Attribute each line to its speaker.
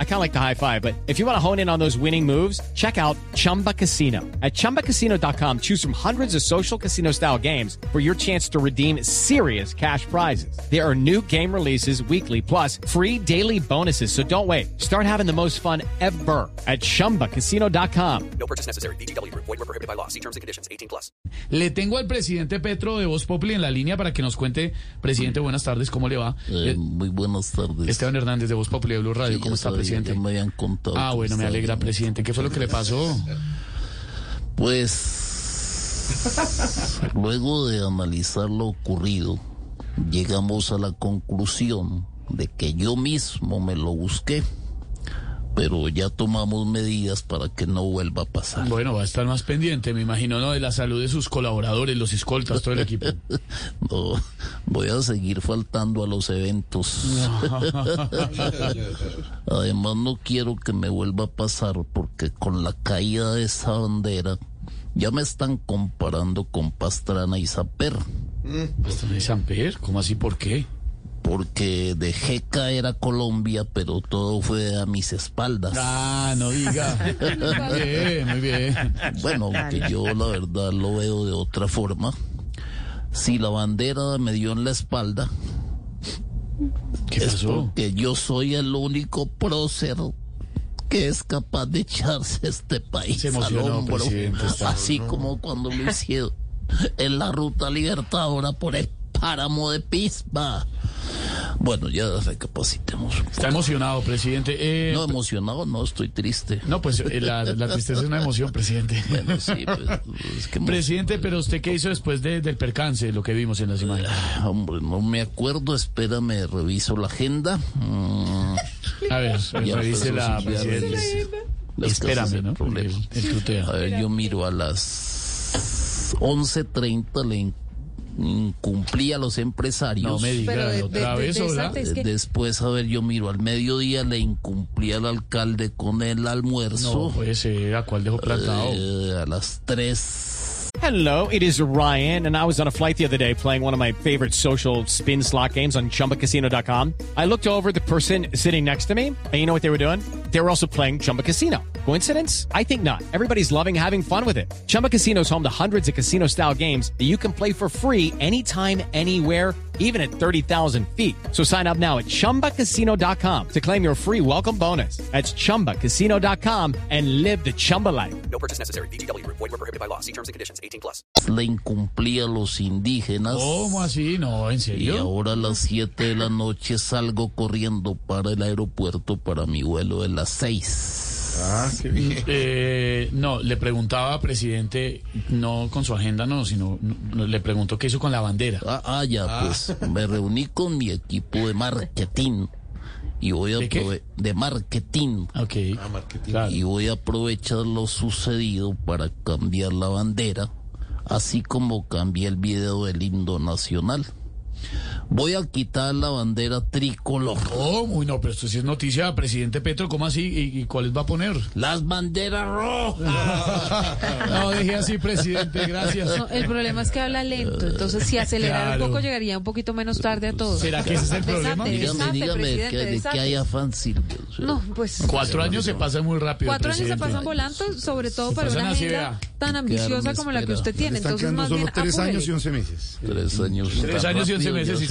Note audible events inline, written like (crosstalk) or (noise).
Speaker 1: I kind of like the high five, but if you want to hone in on those winning moves, check out Chumba Casino. At chumbacasino.com, choose from hundreds of social casino style games for your chance to redeem serious cash prizes. There are new game releases weekly, plus free daily bonuses. So don't wait. Start having the most fun ever at chumbacasino.com.
Speaker 2: No purchase necessary. BGW. Void were prohibited by law. See terms and conditions. 18 plus.
Speaker 3: Le tengo al presidente Petro de Voz Populi en la línea para que nos cuente. Presidente, buenas tardes, ¿cómo le va?
Speaker 4: Eh,
Speaker 3: Eh,
Speaker 4: muy buenas tardes.
Speaker 3: Esteban Hernández de Voz Populi de Blue Radio,
Speaker 4: Sí,
Speaker 3: ¿cómo
Speaker 4: ya
Speaker 3: está,
Speaker 4: sabía,
Speaker 3: presidente?
Speaker 4: ya me habían contado.
Speaker 3: Ah,
Speaker 4: que
Speaker 3: bueno, me
Speaker 4: estaba
Speaker 3: alegra,
Speaker 4: bien.
Speaker 3: presidente. ¿Qué fue lo que le pasó?
Speaker 4: Pues, (laughs) luego de analizar lo ocurrido, llegamos a la conclusión de que yo mismo me lo busqué, pero ya tomamos medidas para que no vuelva a pasar.
Speaker 3: Bueno, va a estar más pendiente, me imagino, ¿no? De la salud de sus colaboradores, los escoltas, todo el equipo.
Speaker 4: No, voy a seguir faltando a los eventos. Además no quiero que me vuelva a pasar porque con la caída de esa bandera ya me están comparando con Pastrana y Saper
Speaker 3: ¿Hasta Pues, en Samper? ¿Cómo así? ¿Por qué?
Speaker 4: porque dejé caer a Colombia pero todo fue a mis espaldas.
Speaker 3: (laughs) Ah, no diga. Muy bien, muy bien.
Speaker 4: Bueno, aunque yo la verdad lo veo de otra forma. Si la bandera me dio en la espalda,
Speaker 3: ¿Qué
Speaker 4: es
Speaker 3: pasó?
Speaker 4: porque yo soy el único prócer que es capaz de echarse este país
Speaker 3: Se emocionó,
Speaker 4: al hombro,
Speaker 3: presidente, está-
Speaker 4: así como cuando lo hicieron en la ruta libertadora por el páramo de Pisba. Bueno, ya recapacitemos. un poco.
Speaker 3: Está emocionado, presidente. Eh,
Speaker 4: No emocionado, no, estoy triste.
Speaker 3: no, pues eh, la, la tristeza es una emoción, presidente.
Speaker 4: Bueno, sí, pues, es que me-
Speaker 3: Presidente, pero usted qué hizo después de- del percance, lo que vimos en las imágenes.
Speaker 4: hombre, no me acuerdo, espérame, reviso la agenda. Mm,
Speaker 3: A ver,
Speaker 4: ya,
Speaker 3: revise
Speaker 4: pero
Speaker 3: la
Speaker 4: sí, ya
Speaker 3: presidente.
Speaker 4: reviso. Las casas
Speaker 3: Espérame,
Speaker 4: del
Speaker 3: ¿no? El,
Speaker 4: problema.
Speaker 3: el tutea.
Speaker 4: A ver, yo miro a las 11.30 le in- incumplí a los empresarios.
Speaker 3: No me
Speaker 5: Pero
Speaker 3: diga
Speaker 5: de-
Speaker 3: otra
Speaker 5: de- de-
Speaker 3: vez,
Speaker 5: de
Speaker 3: ¿verdad?
Speaker 5: esa- Es que-
Speaker 4: Después, a ver, yo miro al mediodía le incumplí al alcalde con el almuerzo.
Speaker 3: No, pues, eh, ¿a cuál dejó plantado?
Speaker 4: Eh, a las 3
Speaker 1: Hello, it is Ryan, and I was on a flight the other day playing one of my favorite social spin slot games on chumbacasino.com. I looked over at the person sitting next to me, and you know what they were doing? They were also playing Chumba Casino. Coincidence? I think not. Everybody's loving having fun with it. Chumba Casino is home to hundreds of casino style games that you can play for free anytime, anywhere even at 30,000 feet. So sign up now at ChumbaCasino.com to claim your free welcome bonus. That's ChumbaCasino.com and live the Chumba life.
Speaker 2: No purchase necessary. BGW. Void were prohibited by law. See terms and conditions. 18 plus.
Speaker 4: le incumplí a los indígenas.
Speaker 3: ¿Cómo así? No, ¿en
Speaker 4: Y
Speaker 3: serio?
Speaker 4: ahora a las 7 de la noche salgo corriendo para el aeropuerto para mi vuelo de las 6.
Speaker 3: Ah, (laughs) Eh, no, le preguntaba, presidente, no con su agenda, no, sino no, no, le pregunto qué hizo con la bandera.
Speaker 4: Ah, ah, ya, pues me reuní con mi equipo de marketing y voy a
Speaker 3: ¿De qué?
Speaker 4: aprove- de marketing
Speaker 3: Ok. Claro.
Speaker 4: y voy a aprovechar lo sucedido para cambiar la bandera, así como cambié el video del himno nacional. Voy a quitar la bandera tricolor.
Speaker 3: Oh, uy, no, pero esto sí es noticia, presidente Petro, ¿cómo así? ¿Y, y cuáles va a poner? (laughs)
Speaker 4: Las banderas rojas.
Speaker 3: No, dejé así, presidente, gracias.
Speaker 5: No, el problema es que habla lento, entonces si acelerara
Speaker 3: Claro.
Speaker 5: un poco llegaría un poquito menos tarde a todos.
Speaker 3: ¿Será que ese es el
Speaker 5: Desate,
Speaker 3: problema?
Speaker 4: Dígame,
Speaker 5: desate,
Speaker 4: dígame, ¿de
Speaker 5: presidente,
Speaker 4: qué, de qué
Speaker 5: desate.
Speaker 4: hay afán, Silvio? O sea,
Speaker 5: No, pues
Speaker 3: Cuatro años se pasan muy rápido.
Speaker 5: cuatro años se
Speaker 3: presidente.
Speaker 5: pasan volando, sobre todo para
Speaker 3: pasan
Speaker 5: una
Speaker 3: así,
Speaker 5: agenda
Speaker 3: vea.
Speaker 5: tan ambiciosa como la que
Speaker 4: espera.
Speaker 5: usted
Speaker 6: Le
Speaker 5: tiene.
Speaker 6: están
Speaker 5: Entonces,
Speaker 6: quedando
Speaker 5: más
Speaker 6: solo
Speaker 5: bien,
Speaker 6: tres
Speaker 5: apúrele.
Speaker 6: años y once meses.
Speaker 4: Tres años.
Speaker 3: Tres
Speaker 4: tan
Speaker 3: años y once
Speaker 4: rápido,
Speaker 3: meses,
Speaker 4: ya
Speaker 3: sí,
Speaker 4: se